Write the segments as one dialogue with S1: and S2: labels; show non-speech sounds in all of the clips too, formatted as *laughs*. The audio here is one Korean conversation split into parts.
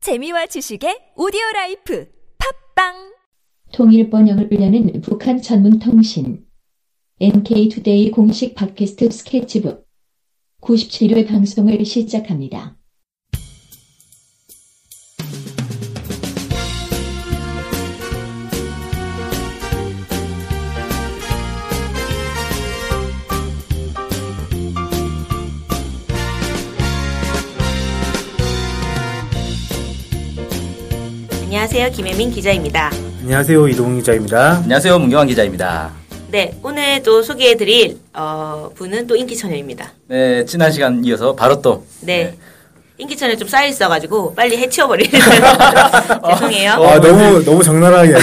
S1: 재미와 지식의 오디오 라이프 팝빵
S2: 통일 번영을 내는 북한 전문 통신 NK투데이 공식 팟캐스트 스케치북 97회 방송을 시작합니다.
S3: 안녕하세요. 김혜민 기자입니다.
S4: 안녕하세요 이동훈 기자입니다.
S5: 안녕하세요. 문경환 기자입니다.
S3: 네, 오늘 또 소개해드릴 어, 분은 또 인기처녀입니다.
S5: 네, 지난 시간 이어서 바로 또
S3: 네. 인기처녀 좀 쌓여 있어가지고 빨리 해치워버리는 *laughs*
S5: 어.
S3: 죄송해요.
S4: 아 너무 너무 적나라하게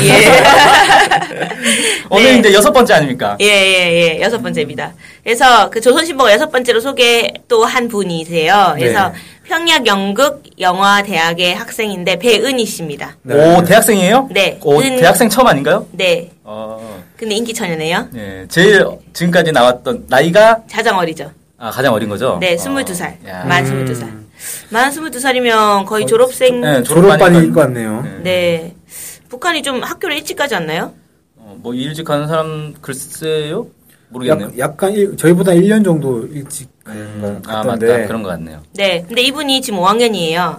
S5: 오늘
S3: 네.
S5: 이제 여섯 번째 아닙니까?
S3: 예, 예, 예. 여섯 번째입니다. 그래서 그 조선신보가 여섯 번째로 소개 또 한 분이세요. 그래서
S5: 네.
S3: 평양연극영화대학의 학생인데 배은희 씨입니다.
S4: 네.
S5: 오, 대학생이에요?
S3: 네.
S5: 오,
S3: 은-
S5: 대학생 처음 아닌가요?
S3: 네.
S5: 어,
S3: 근데 인기처녀네요.
S5: 네. 제일 지금까지 나왔던 나이가
S3: 가장 어리죠.
S5: 아, 가장 어린 거죠?
S3: 네,
S5: 어,
S3: 22살.
S5: 야. 음.
S3: 만 22살. 만 22살이면 거의 졸업생
S5: 네,
S4: 졸업반일
S5: 졸업반이니까.
S4: 것 같네요.
S3: 네. 북한이 좀 학교를 일찍 가지 않나요?
S5: 어, 뭐 일찍 가는 사람 글쎄요? 모르겠네요.
S4: 약, 약간 일- 저희보다 1년 정도 일찍
S5: 음,
S4: 갔던데
S5: 아, 맞다. 그런 것 같네요.
S3: 네. 근데 이분이 지금 5학년이에요.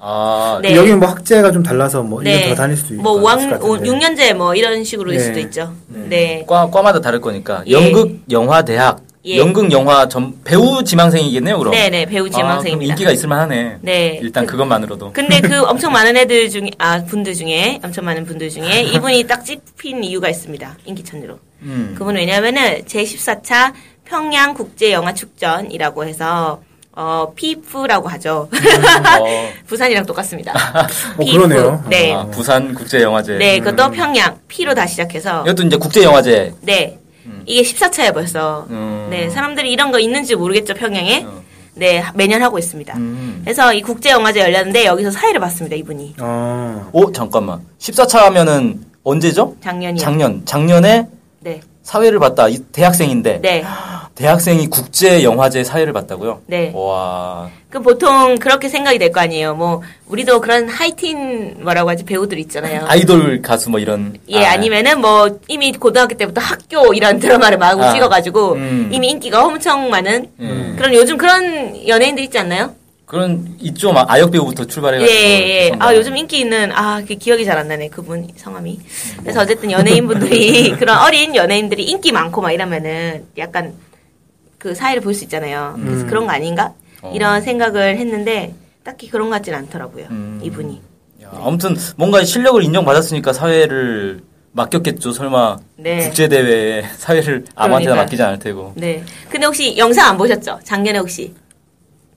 S5: 아,
S3: 네.
S4: 여기 뭐 학제가 좀 달라서 뭐
S3: 네.
S4: 1년 더 다닐 수도 있고
S3: 뭐 5학,
S4: 같은데.
S3: 6년제 뭐 이런 식으로 일
S4: 네.
S3: 수도 있죠. 네.
S5: 과, 과마다 다를 거니까.
S3: 예.
S5: 연극 영화 대학.
S3: 예.
S5: 연극 영화 전 배우 지망생이겠네요, 그럼.
S3: 네, 네. 배우
S5: 아, 그럼
S3: 지망생입니다.
S5: 인기가 있을만 하네.
S3: 네.
S5: 일단 그것만으로도.
S3: 근데 그 엄청 많은 애들 중에 아 분들 중에 엄청 많은 분들
S5: *laughs*
S3: 중에 이분이 딱 찍힌 이유가 있습니다. 인기천으로.
S5: 음.
S3: 그분은 왜냐면은 제14차 평양 국제 영화 축전이라고 해서 어 피프라고 하죠.
S5: 어,
S3: *laughs* 부산이랑
S5: *laughs*
S3: 똑같습니다.
S4: 어, 그러네요.
S3: 네.
S5: 아, 부산 국제 영화제.
S3: 네, 그것도 평양 피로 다 시작해서
S5: 이것도 이제 국제 영화제.
S3: 네. 이게 14차에 벌써.
S5: 음.
S3: 네. 사람들이 이런 거 있는지 모르겠죠, 평양에?
S5: 어.
S3: 네. 매년 하고 있습니다.
S5: 음.
S3: 그래서 이 국제영화제 열렸는데 여기서 사회를 봤습니다, 이분이.
S4: 어,
S5: 오 잠깐만. 14차 하면은 언제죠?
S3: 작년이요.
S5: 작년. 작년에
S3: 네.
S5: 사회를 봤다. 이 대학생인데
S3: 네.
S5: 대학생이 국제 영화제 사회를 봤다고요?
S3: 네.
S5: 와.
S3: 그 보통 그렇게 생각이 될 거 아니에요. 뭐, 우리도 그런 하이틴 뭐라고 하지 배우들 있잖아요.
S5: 아이돌 가수 뭐 이런.
S3: 어. 예, 아. 니면은뭐 이미 고등학교 때부터 학교 이런 *laughs* 드라마를 마구
S5: 아.
S3: 찍어가지고
S5: 음.
S3: 이미 인기가 엄청 많은
S5: 음.
S3: 그런 요즘 그런 연예인들 있지 않나요?
S5: 그런 이쪽 막 아역 배우부터 출발해가지고.
S3: 예, 예.
S5: 이렇게
S3: 아, 요즘 인기 있는, 아, 그 기억이 잘 안 나네, 그분 성함이. 그래서 어쨌든 연예인분들이, *laughs* 그런 어린 연예인들이 인기 많고 막 이러면은 약간 그 사회를 볼 수 있잖아요. 그래서 그런 거 아닌가?
S5: 음. 어.
S3: 이런 생각을 했는데, 딱히 그런 것 같진 않더라고요,
S5: 음.
S3: 이분이.
S5: 야, 아무튼 뭔가 실력을 인정받았으니까 사회를 맡겼겠죠. 설마
S3: 네.
S5: 국제 대회에 *laughs* 사회를 아무한테나
S3: 그러니까요.
S5: 맡기지 않을 테고.
S3: 네. 근데 혹시 영상 안 보셨죠? 작년에 혹시.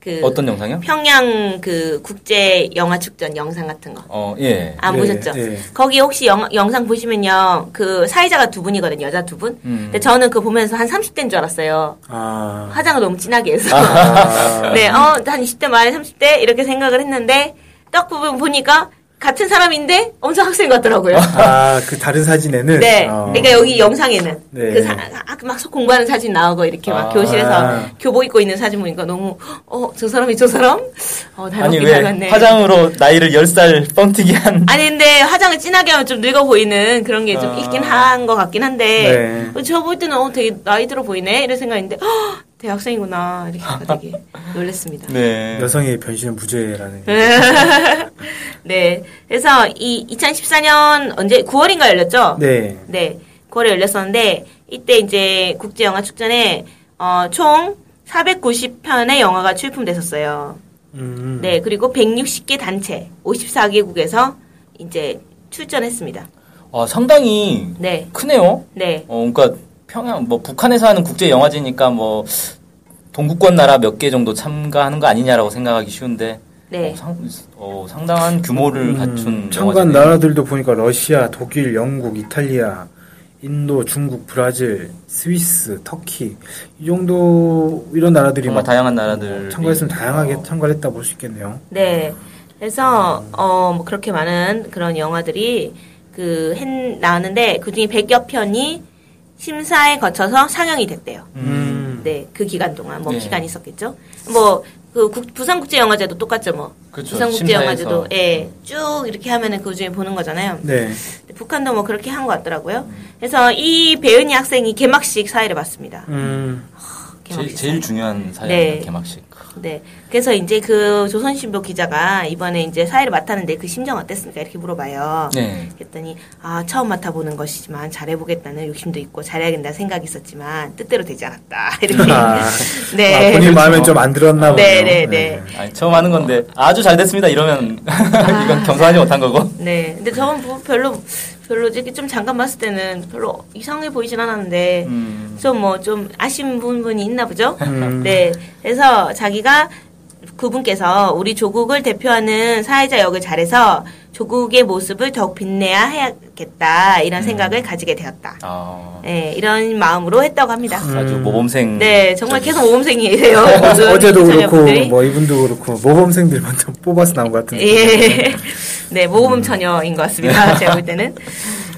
S3: 그.
S5: 어떤 영상이요?
S3: 평양 그 국제 영화 축전 영상 같은 거.
S5: 어, 예.
S3: 안
S4: 예,
S3: 보셨죠?
S4: 예.
S3: 거기 혹시 영, 영상 보시면요, 그 사회자가 두 분이거든요, 여자 두 분.
S5: 음.
S3: 근데 저는 그거 보면서 한 30대인 줄 알았어요.
S4: 아,
S3: 화장을 너무 진하게
S5: *laughs*
S3: 해서.
S4: 아,
S3: *laughs* 네, 어, 한 20대 말 30대 이렇게 생각을 했는데, 딱 부분 보니까 같은 사람인데 엄청 학생 같더라고요.
S4: 아, 그 다른 사진에는
S3: 네.
S5: 아.
S4: 어,
S3: 그러니까 여기 영상에는
S4: 네.
S3: 그 사- 아, 막 공부하는 사진 나오고 이렇게 막
S5: 아.
S3: 교실에서 교복 입고 있는 사진 보니까 너무 어, 저 사람이 저 사람? 어,
S5: 아니
S3: 닮았긴
S5: 왜
S3: 닮았네.
S5: 화장으로 나이를 10살 뻥튀기 한
S3: 아니 근데 화장을 진하게 하면 좀 늙어 보이는 그런 게 좀
S5: 아.
S3: 있긴 한 것 같긴 한데
S4: 네.
S3: 저 볼 때는 어 되게 나이 들어 보이네 이런 생각인데 헉, 대학생이구나 이렇게 해서
S4: *laughs*
S3: 되게 놀랐습니다. *laughs* 네.
S5: 네.
S4: 여성의 변신은 무죄라는 게.
S3: 네. 그래서 이 2014년 언제 9월인가 열렸죠?
S4: 네.
S3: 네. 9월에 열렸었는데 이때 이제 국제 영화 축전에 어, 총 490편의 영화가 출품됐었어요.
S4: 음.
S3: 네, 그리고 160개 단체 54개국에서 이제 출전했습니다.
S5: 아, 상당히
S3: 네.
S5: 크네요.
S3: 네.
S5: 어, 그러니까 평양 뭐 북한에서 하는 국제 영화제니까 뭐 동구권 나라 몇 개 정도 참가하는 거 아니냐라고 생각하기 쉬운데
S3: 네.
S5: 어, 상, 어, 상당한 규모를
S3: 음.
S5: 갖춘
S4: 음, 참관
S5: 영화제네요.
S4: 나라들도 보니까 러시아, 독일, 영국, 이탈리아, 인도, 중국, 브라질, 스위스, 터키 이 정도 이런 나라들이
S5: 정말
S4: 막
S5: 다양한 나라들
S4: 참가했으면 다양하게
S5: 어.
S4: 참가를 했다 볼 수 있겠네요.
S3: 네. 그래서 어뭐 그렇게 많은 그런 영화들이 그 했, 나왔는데 그중에 100여 편이 심사에 거쳐서 상영이 됐대요.
S4: 음.
S3: 네. 그 기간 동안 뭐
S5: 네.
S3: 기간이 있었겠죠. 뭐 그 국- 부산국제영화제도 똑같죠 뭐.
S5: 그쵸,
S3: 부산국제영화제도
S5: 그렇죠. 심사해서. 음.
S3: 예쭉 이렇게 하면은 그 중에 보는 거잖아요.
S4: 네.
S3: 근데 북한도 뭐 그렇게 한 것 같더라고요. 그래서 이 배은이 학생이 개막식 사회를 봤습니다.
S4: 음,
S5: 제일,
S3: 개막식
S5: 제일
S3: 사회.
S5: 중요한 사연
S3: 네.
S5: 개막식.
S3: 네. 그래서 이제 그 조선신보 기자가 이번에 이제 사회를 맡았는데 그 심정 어땠습니까? 이렇게 물어봐요.
S5: 네.
S3: 그랬더니 아 처음 맡아보는 것이지만 잘해보겠다는 욕심도 있고 잘해야겠다 생각이 있었지만 뜻대로 되지 않았다 *laughs* 이렇게
S4: 아,
S3: 음. 네.
S4: 아, 본인 마음에 좀 안 들었나 보네요.
S3: 네, 네, 네.
S5: 아니, 처음 하는 건데 아주 잘 됐습니다 이러면 *laughs* 이건 겸손하지 못한 거고.
S3: 네. 근데 저건 뭐 별로 별로 이렇게 좀 잠깐 봤을 때는 별로 이상해 보이진 않았는데
S5: 음.
S3: 좀 뭐 좀 아쉬운 부분이 있나 보죠.
S4: 음.
S3: 네. 그래서 자기가 그분께서 우리 조국을 대표하는 사회자 역을 잘해서 조국의 모습을 더욱 빛내야 해야겠다
S4: 음.
S3: 이런 생각을 가지게 되었다.
S5: 아,
S3: 네, 이런 마음으로 했다고 합니다.
S5: 아주
S4: 음.
S5: 모범생.
S3: 네, 정말 계속 모범생이에요. 모든
S4: *laughs* 어, 제도 그렇고
S3: 청년분들이.
S4: 뭐 이분도 그렇고 모범생들 먼저 *laughs* 뽑아서 나온 것 같은데.
S3: 예. 네, 모범 처녀인 것 같습니다. 제가 볼 때는.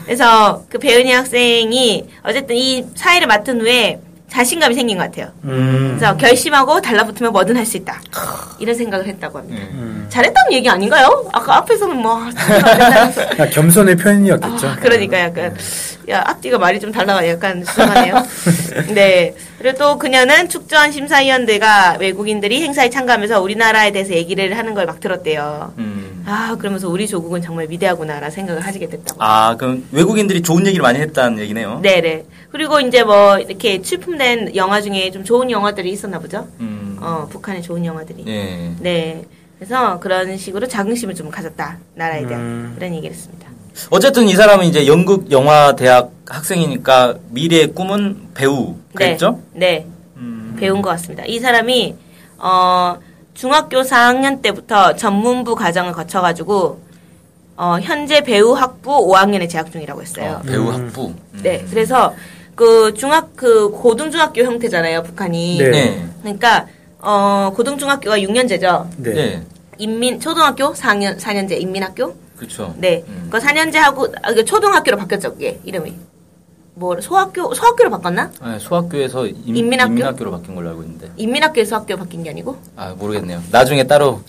S3: 그래서 그 배은이 학생이 어쨌든 이 사회를 맡은 후에 자신감이 생긴 것 같아요.
S4: 음.
S3: 그래서 결심하고 달라붙으면 뭐든 할 수 있다. 이런 생각을 했다고 합니다.
S5: 음.
S4: 음.
S3: 잘했다는 얘기 아닌가요? 아까 앞에서는 뭐 아, 잘했다, 안 된다.
S4: 그냥 겸손의 표현이었겠죠.
S3: 아, *laughs* 그러니까 약간 야, 앞뒤가 말이 좀 달라가 약간 수상하네요. 네. 그리고 또 그녀는 축전 심사위원들과 외국인들이 행사에 참가하면서 우리나라에 대해서 얘기를 하는 걸 막 들었대요.
S5: 음.
S3: 아 그러면서 우리 조국은 정말 위대하구나라 생각을 하시게 됐다고.
S5: 아 그럼 외국인들이 좋은 얘기를 많이 했다는 얘기네요.
S3: 네네. 그리고 이제 뭐 이렇게 출품된 영화 중에 좀 좋은 영화들이 있었나 보죠.
S5: 음.
S3: 어 북한의 좋은 영화들이.
S5: 예.
S3: 네. 그래서 그런 식으로 자긍심을 좀 가졌다 나라에 대한
S4: 음.
S3: 그런 얘기를 했습니다. 네.
S5: 어쨌든 이 사람은 이제 연극 영화 대학 학생이니까 미래의 꿈은 배우 그랬죠?
S3: 네. 네.
S5: 음.
S3: 배운 것 같습니다. 이 사람이 어 중학교 4학년 때부터 전문부 과정을 거쳐가지고 어 현재 배우 학부 5학년에 재학 중이라고 했어요.
S5: 어, 배우
S4: 음.
S5: 학부. 음.
S3: 네, 그래서 그 중학 그 고등중학교 형태잖아요, 북한이.
S4: 네.
S5: 네.
S3: 그러니까 어 고등중학교가 6년제죠.
S4: 네.
S5: 네.
S3: 인민 초등학교 4학년 4년제 인민학교.
S5: 그렇죠.
S3: 네,
S5: 음.
S3: 그 4년제하고 아, 그 초등학교로 바뀌었죠, 그게 이름이. 뭐 소학교 소학교로 바꿨나?
S5: 아, 소학교에서 인,
S3: 인민학교?
S5: 인민학교로 바뀐 걸로 알고 있는데.
S3: 인민학교에서 학교 바뀐 게
S5: *laughs*
S3: 아니고.
S5: 아 모르겠네요. 나중에 따로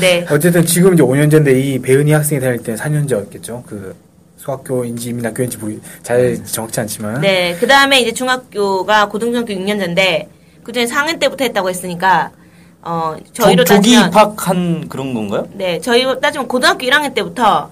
S3: 네.
S4: 어쨌든 지금 이제 5년제인데 이 배은이 학생이 다닐 때 4년제였겠죠. 그 소학교인지 이민학교인지 모르 잘 정확치 않지만.
S3: 네, 그 다음에 이제 중학교가 고등중학교 6년제인데 그중에 4학년 때부터 했다고 했으니까 어 저희로
S5: 조, 기
S3: 따지면
S5: 입학한 그런 건가요?
S3: 네, 저희로 따지면 고등학교 1학년 때부터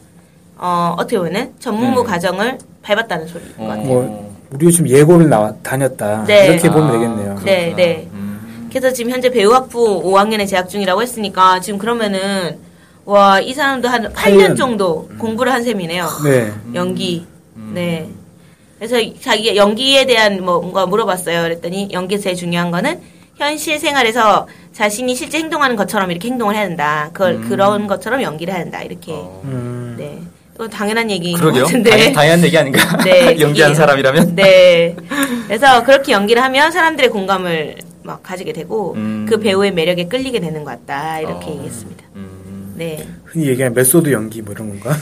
S3: 어 어떻게 보면 전문무
S5: 네.
S3: 과정을 밟았다는 소리인 것
S5: 어.
S3: 같아요.
S4: 뭐 우리 요즘 예고를 나와 다녔다
S3: 네.
S4: 이렇게 보면
S5: 아,
S4: 되겠네요.
S5: 그렇구나.
S3: 네, 네.
S5: 음.
S3: 그래서 지금 현재 배우학부 5학년에 재학 중이라고 했으니까 지금 그러면은 와 이 사람도 한 8년
S4: 팔년.
S3: 정도
S5: 음.
S3: 공부를 한 셈이네요.
S4: 네.
S3: 연기. 네. 그래서 자기가 연기에 대한 뭐 뭔가 물어봤어요. 그랬더니 연기에서 제일 중요한 거는 현실 생활에서 자신이 실제 행동하는 것처럼 이렇게 행동을 해야 된다. 그걸 그런 것처럼 연기를 해야 된다. 이렇게.
S5: 음. 어.
S4: 음.
S3: 네. 이건 당연한 얘기인
S5: 그러게요.
S3: 것 같은데.
S5: 당연, 당연한 얘기 아닌가?
S3: 네,
S5: *laughs* 연기한
S3: 이게-
S5: 사람이라면.
S3: *laughs* 네. 그래서 그렇게 연기를 하면 사람들의 공감을 막 가지게 되고
S5: 음.
S3: 그 배우의 매력에 끌리게 되는 것 같다. 이렇게
S5: 어.
S3: 얘기했습니다.
S5: 음.
S3: 네.
S4: 흔히 얘기하는 메소드 연기 뭐
S3: *laughs*
S4: 이런 건가?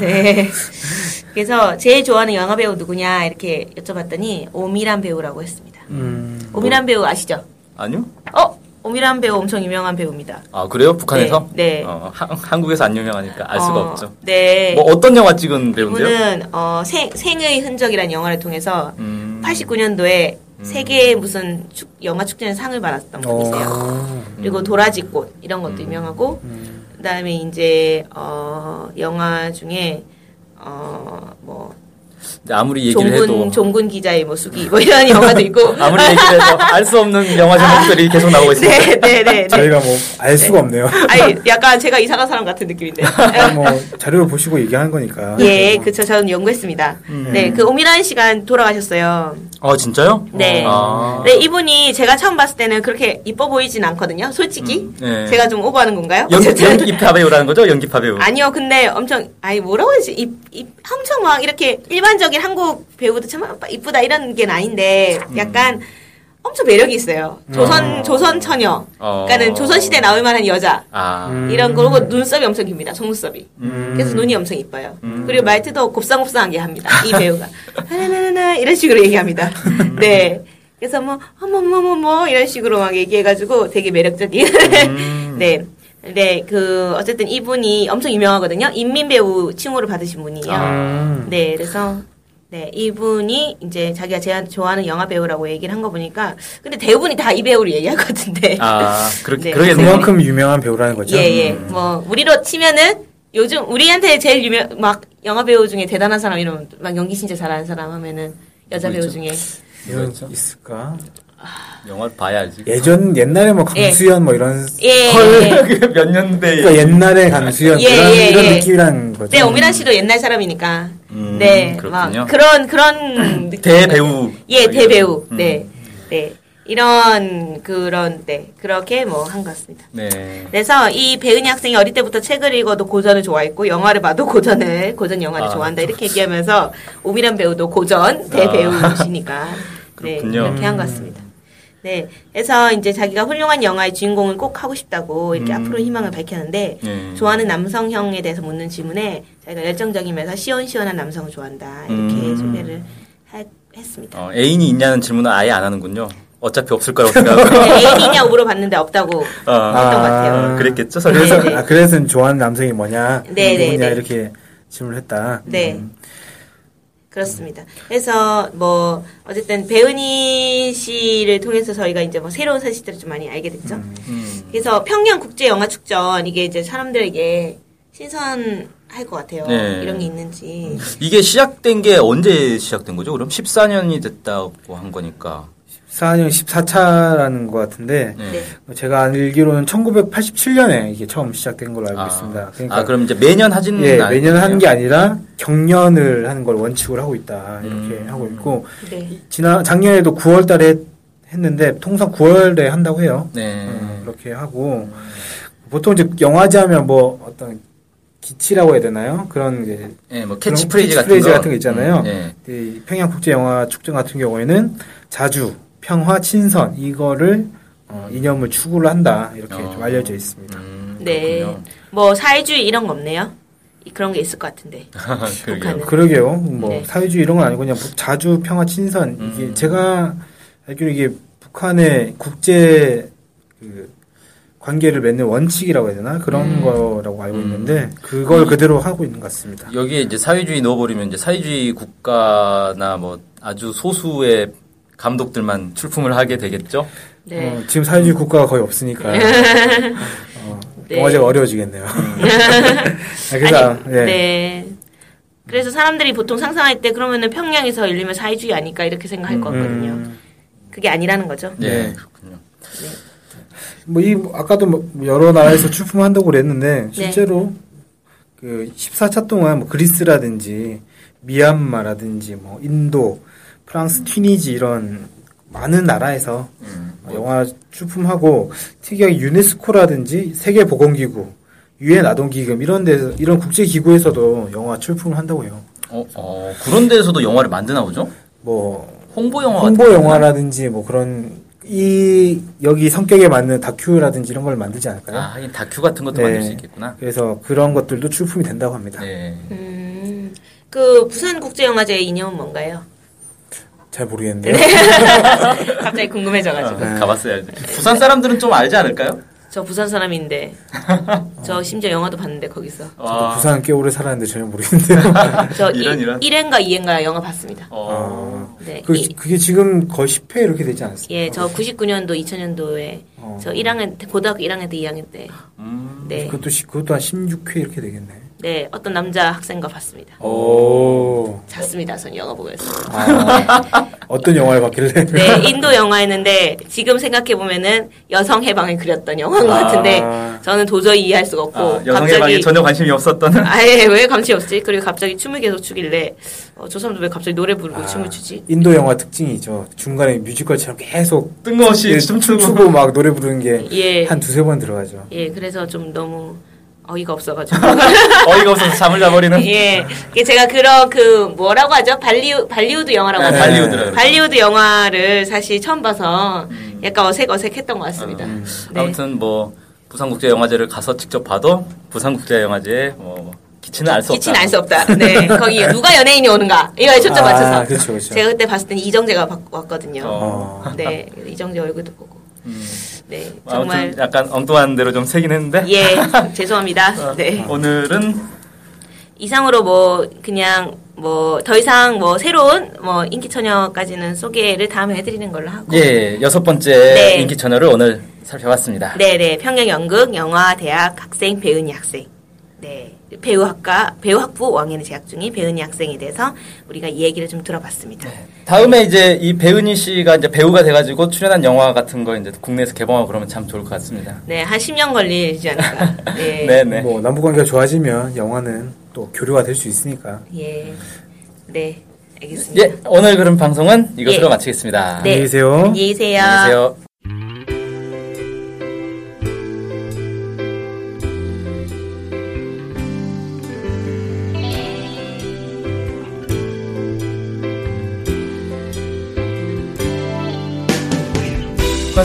S3: 네. *laughs* 그래서 제일 좋아하는 영화 배우 누구냐 이렇게 여쭤봤더니 오미란 배우라고 했습니다.
S4: 음.
S3: 오미란 배우 아시죠?
S5: 아니요?
S3: 어? 오미란 배우 엄청 유명한 배우입니다.
S5: 아 그래요? 북한에서?
S3: 네, 네.
S5: 어, 하- 한국에서 안 유명하니까 알 수가
S3: 어,
S5: 없죠.
S3: 네.
S5: 뭐 어떤 영화 찍은 배우인데요?
S3: 이분은 어, 생, 생의 흔적이라는 영화를 통해서
S5: 음.
S3: 89년도에 세계 무슨 축, 영화 축제에 상을 받았던 분이세요.
S4: 어.
S5: 음.
S3: 그리고 도라지꽃 이런 것도 유명하고
S4: 음.
S3: 그다음에 이제 어, 영화 중에 어, 뭐
S5: 근데 아무리 얘기를 해도 어,
S3: 종군 종군 기자의 모습이 뭐 이런 영화도 있고
S5: *laughs* 아무리 얘기를 해도 알 수 없는 영화 제목들이 계속 나오고 있습니다.
S3: 아, 네, 네, 네. 네.
S4: 저희가 뭐 알 수가 없네요.
S3: 아니, 약간 제가 이상한 사람 같은
S5: *laughs*
S3: 느낌인데.
S4: 그냥 뭐 자료를 보시고 얘기하는 거니까. 뭐
S3: 예, 그쵸. 저는 연구했습니다.
S5: 음.
S3: 네, 그 오미란 시간 돌아가셨어요.
S5: 아 진짜요?
S3: 네.
S5: 아.
S3: 네, 이분이 제가 처음 봤을 때는 그렇게 이뻐 보이진 않거든요. 솔직히.
S5: 음, 네.
S3: 제가 좀 오버하는 건가요?
S5: 연기,
S3: 어쨌든.
S5: 연기파 배우라는 거죠? 연기파 배우.
S3: *laughs* 아니요, 근데 엄청, 아니, 뭐라고 하지? 입, 입, 엄청 막 이렇게 일반적인 한국 배우도 참 이쁘다 이런 게 아닌데,
S5: 음.
S3: 약간 엄청 매력이 있어요. 조선, 조선 처녀.
S5: 어.
S3: 그러니까는 조선시대에 나올 만한 여자.
S5: 아.
S3: 이런 거고 눈썹이 엄청 깁니다. 속눈썹이. 그래서 눈이 엄청 이뻐요. 그리고
S5: *laughs*
S3: 말투도 곱상곱상하게 합니다. 이 배우가 하나나나 이런 식으로 얘기합니다. 네. 그래서 뭐 어머머머머 이런 식으로 막 얘기해가지고 되게 매력적인 *laughs*
S5: 음.
S3: 네. 네, 그, 어쨌든 이분이 엄청 유명하거든요. 인민배우 칭호를 받으신 분이에요.
S4: 아.
S3: 네, 그래서, 네, 이분이 이제 자기가 제일 좋아하는 영화배우라고 얘기를 한 거 보니까, 근데 대부분이 다 이 배우를 얘기할 것 같은데.
S5: 아,
S3: *laughs* 네.
S5: 그렇게, 그러겠네요.
S4: 그만큼 유명한 배우라는 거죠. 음.
S3: 예, 예. 뭐, 우리로 치면은, 요즘, 우리한테 제일 유명, 막, 영화배우 중에 대단한 사람, 이런, 막 연기 진짜 잘하는 사람 하면은, 여자배우
S5: 누구
S3: 중에.
S4: 이런 있을까?
S5: 영화를 봐야지.
S4: 예전 옛날에 뭐 강수연 뭐 이런
S3: 예,
S5: 헐, *laughs*
S3: 예.
S5: 그게 몇 년대.
S4: 그러니까 옛날에 강수연
S3: 예,
S4: 그런
S3: 예,
S4: 이런
S3: 예.
S4: 느낌이라는 거죠.
S3: 네, 오미란 씨도 옛날 사람이니까.
S5: 음,
S3: 네,
S5: 그렇군요.
S3: 막 그런
S5: *laughs*
S3: 그런 느낌.
S5: 대배우.
S3: 예, 대배우.
S5: 음.
S3: 네, 네 이런 그런 네 그렇게 뭐 한 것 같습니다.
S5: 네.
S3: 그래서 이 배은이 학생이 어릴 때부터 책을 읽어도 고전을 좋아했고 영화를 봐도 고전을 고전 영화를
S5: 아,
S3: 좋아한다 이렇게 얘기하면서 오미란 배우도 고전 대배우시니까 네
S5: 아, 그렇군요.
S3: 이렇게 한 것 같습니다. 네, 그래서 이제 자기가 훌륭한 영화의 주인공을 꼭 하고 싶다고 이렇게
S5: 음.
S3: 앞으로 희망을 밝혔는데
S5: 예.
S3: 좋아하는 남성형에 대해서 묻는 질문에 자기가 열정적이면서 시원시원한 남성을 좋아한다 이렇게
S5: 음.
S3: 소개를 하- 했습니다.
S5: 어, 애인이 있냐는 질문은 아예 안 하는군요. 어차피 없을 거라고 생각하고.
S3: 근데 애인이냐고 *laughs* 물어봤는데 없다고.
S5: 어,
S3: 아. 것 같아요.
S5: 그랬겠죠,
S4: 그래서
S5: 설마.
S3: 네, 네.
S4: 아, 그래서 좋아하는 남성이 뭐냐,
S3: 네, 네,
S4: 누구냐
S3: 네.
S4: 이렇게 질문을 했다.
S3: 네.
S4: 음.
S3: 그렇습니다. 그래서 뭐 어쨌든 배은이 씨를 통해서 저희가 이제 뭐 새로운 사실들을 좀 많이 알게 됐죠.
S5: 음.
S3: 그래서 평양 국제 영화 축전 이게 이제 사람들에게 신선할 것 같아요.
S5: 네.
S3: 이런 게 있는지.
S4: 음.
S5: 이게 시작된 게 언제 시작된 거죠? 그럼 14년이 됐다고 한 거니까.
S4: 14년 14차라는 것 같은데
S5: 네.
S3: 네.
S4: 제가 알기로는 1987년에 이게 처음 시작된 걸로 알고
S5: 아,
S4: 있습니다. 그러니까
S5: 아, 그럼 이제 매년 하지는
S4: 예,
S5: 않- 네.
S4: 매년 하는 게 아니라 경연을 하는 걸 원칙으로 하고 있다 이렇게
S5: 음.
S4: 하고 있고
S3: 네.
S4: 지난 작년에도 9월달에 했는데 통상 9월에 한다고 해요.
S5: 네.
S4: 음, 그렇게 하고 보통 이제 영화제 하면 뭐 어떤 기치라고 해야 되나요? 그런 이제
S5: 예, 뭐
S4: 그런
S5: 캐치프레이즈 같은
S4: 캐치프레이즈
S5: 거.
S4: 같은 거 있잖아요.
S5: 음, 예.
S4: 이 평양국제영화 축전 같은 경우에는 자주 평화 친선 이거를 어, 이념을 추구를 한다 이렇게
S5: 어.
S4: 좀 알려져 있습니다.
S5: 음,
S3: 네.
S5: 그렇군요.
S3: 뭐 사회주의 이런 거 없네요. 그런 게 있을 것 같은데.
S5: 아, 그러게요.
S3: 북한은.
S4: 그러게요. 뭐
S3: 네.
S4: 사회주의 이런 건 아니고 그냥 부- 자주 평화 친선 이게
S5: 음.
S4: 제가 알기로 이게 북한의 국제 그 관계를 맺는 원칙이라고 해야 되나 그런
S5: 음.
S4: 거라고 알고
S5: 음.
S4: 있는데 그걸 그대로 하고 있는 것 같습니다.
S5: 여기에 이제 사회주의 넣어버리면 이제 사회주의 국가나 뭐 아주 소수의 감독들만 출품을 하게 되겠죠?
S3: 네. *laughs*
S4: 어, 지금 사회주의 국가가 거의 없으니까 어,
S3: 네. 음.
S4: 영화제가 어려워지겠네요. 아, 그래서
S3: 아니,
S4: 예.
S3: 네. 그래서 사람들이 보통 상상할 때 그러면은 평양에서 열리면 사회주의 아닐까 이렇게 생각할
S4: 음.
S3: 것 같거든요. 그게 아니라는 거죠.
S5: 네,
S4: 네.
S5: 그렇군요.
S4: 뭐 이 아까도 뭐 여러 나라에서 출품한다고 그랬는데
S3: 네.
S4: 실제로 그 14차 동안 뭐 그리스라든지 미얀마라든지 뭐 인도,
S3: 음.
S4: 프랑스, 튀니지 이런 많은 나라에서 영화 출품하고 특이하게 유네스코라든지 세계보건기구, 유엔 아동기금 이런 데서 이런 국제 기구에서도 영화 출품을 한다고 해요.
S5: 어, 어, 그런 데서도 영화를 만드나 보죠?
S4: 뭐
S5: 홍보 영화 같은
S4: 홍보 영화라든지 뭐 그런 이 여기 성격에 맞는 다큐라든지 이런 걸 만들지 않을까요?
S5: 아, 하긴 다큐 같은 것도
S4: 네.
S5: 만들 수 있겠구나.
S4: 그래서 그런 것들도 출품이 된다고 합니다.
S5: 네.
S3: 음, 그 부산 국제 영화제의 이념은 뭔가요?
S4: 잘
S3: *laughs*
S4: 모르겠는데요.
S5: 네.
S3: 갑자기 궁금해져가지고.
S5: 아, 가봤어야지. 부산 사람들은 좀 알지 않을까요?
S3: 저 부산 사람인데 저 심지어 영화도 봤는데 거기서
S4: 저도
S5: 와,
S4: 부산 꽤 오래 살았는데 전혀
S5: *laughs*
S4: 모르겠는데요.
S3: 저
S5: 이런,
S3: 일-
S5: 이런.
S3: 1회인가 2회인가 영화 봤습니다.
S5: 어,
S3: 네.
S4: 아. 그,
S3: 이-
S4: 그게 지금 거의 10회 이렇게 되지 않습니까?
S3: 예, 저 99년도 2000년도에
S4: 어.
S3: 저 1학년 때 고등학교 1학년 때 2학년 때
S5: 음,
S3: 네.
S4: 그것도, 시- 그것도 한 16회 이렇게 되겠네.
S3: 네, 어떤 남자 학생과 봤습니다.
S4: 오.
S3: 잤습니다. 전 영화 보고 있어요.
S4: 아, 어떤 영화를 봤길래? *laughs*
S5: 아.
S3: 네, 인도 영화였는데 지금 생각해 보면은 여성 해방을 그렸던 영화인 것 같은데 저는 도저히 이해할 수가 없고
S5: 아, 여성의 방에 전혀 관심이 없었던. *laughs*
S3: 아예 왜 감시 없지? 그리고 갑자기 춤을 계속 추길래 어, 저 사람도 왜 갑자기 노래 부르고
S4: 아,
S3: 춤을 추지?
S4: 인도 영화 특징이죠. 중간에 뮤지컬처럼 계속
S5: 뜬금없이
S4: 예,
S5: 춤추고.
S4: 춤추고 막 노래 부르는 게 한
S3: 예,
S4: 두세 번 들어가죠.
S3: 예, 그래서 좀 너무 어이가 없어가지고 *laughs*
S5: *laughs* 어이가 없어서 잠을 자버리는.
S3: 예, 이게 제가 그런 그 뭐라고 하죠? 발리우 발리우드 영화라고
S5: 네,
S3: 하죠.
S5: 발리우드라 그러죠.
S3: 발리우드 영화를 사실 처음 봐서 약간 어색 어색했던 것 같습니다.
S5: 음,
S3: 네.
S5: 아무튼 뭐 부산국제영화제를 가서 직접 봐도 부산국제영화제에 뭐 기치는 알 수 없다.
S3: 기치는 알 수 없다. 네. 거기 누가 연예인이 오는가. 이거에 초점 맞춰서.
S4: 아, 그렇죠, 그렇죠.
S3: 제가 그때 봤을 땐 이정재가 바- 왔거든요.
S5: 어. 음.
S3: 네. 이정재 얼굴도 보고. 네.
S5: 아무튼
S3: 정말.
S5: 약간 엉뚱한 대로 좀 새긴 했는데
S3: 예.
S5: 어.
S3: 죄송합니다. 네.
S5: 오늘은
S3: 이상으로 뭐 그냥 뭐 더 이상 뭐 새로운 뭐 인기처녀까지는 소개를 다음에 해드리는 걸로 하고
S5: 예 여섯 번째
S3: 네.
S5: 인기 채널을 오늘 살펴봤습니다.
S3: 네네 평양 연극 영화 대학 학생 배은이 학생 네 배우학과 배우학부 왕년에 재학 중인 배은이 학생에 대해서 우리가 이 얘기를 좀 들어봤습니다.
S5: 네. 다음에 이제 이 배은이 씨가 이제 배우가 돼가지고 출연한 영화 같은 거 이제 국내에서 개봉하고 그러면 참 좋을 것 같습니다.
S3: 네 한 10년 걸리지 않을까. 네.
S5: *laughs* 네네.
S4: 뭐 남북 관계가 좋아지면 영화는 또 교류가 될 수 있으니까
S3: 예. 네. 알겠습니다.
S5: 예 오늘 그럼 방송은 이것으로
S3: 예.
S5: 마치겠습니다.
S3: 네.
S4: 안녕히 계세요.
S3: 안녕히 계세요.
S5: 안녕히 계세요.
S4: 북한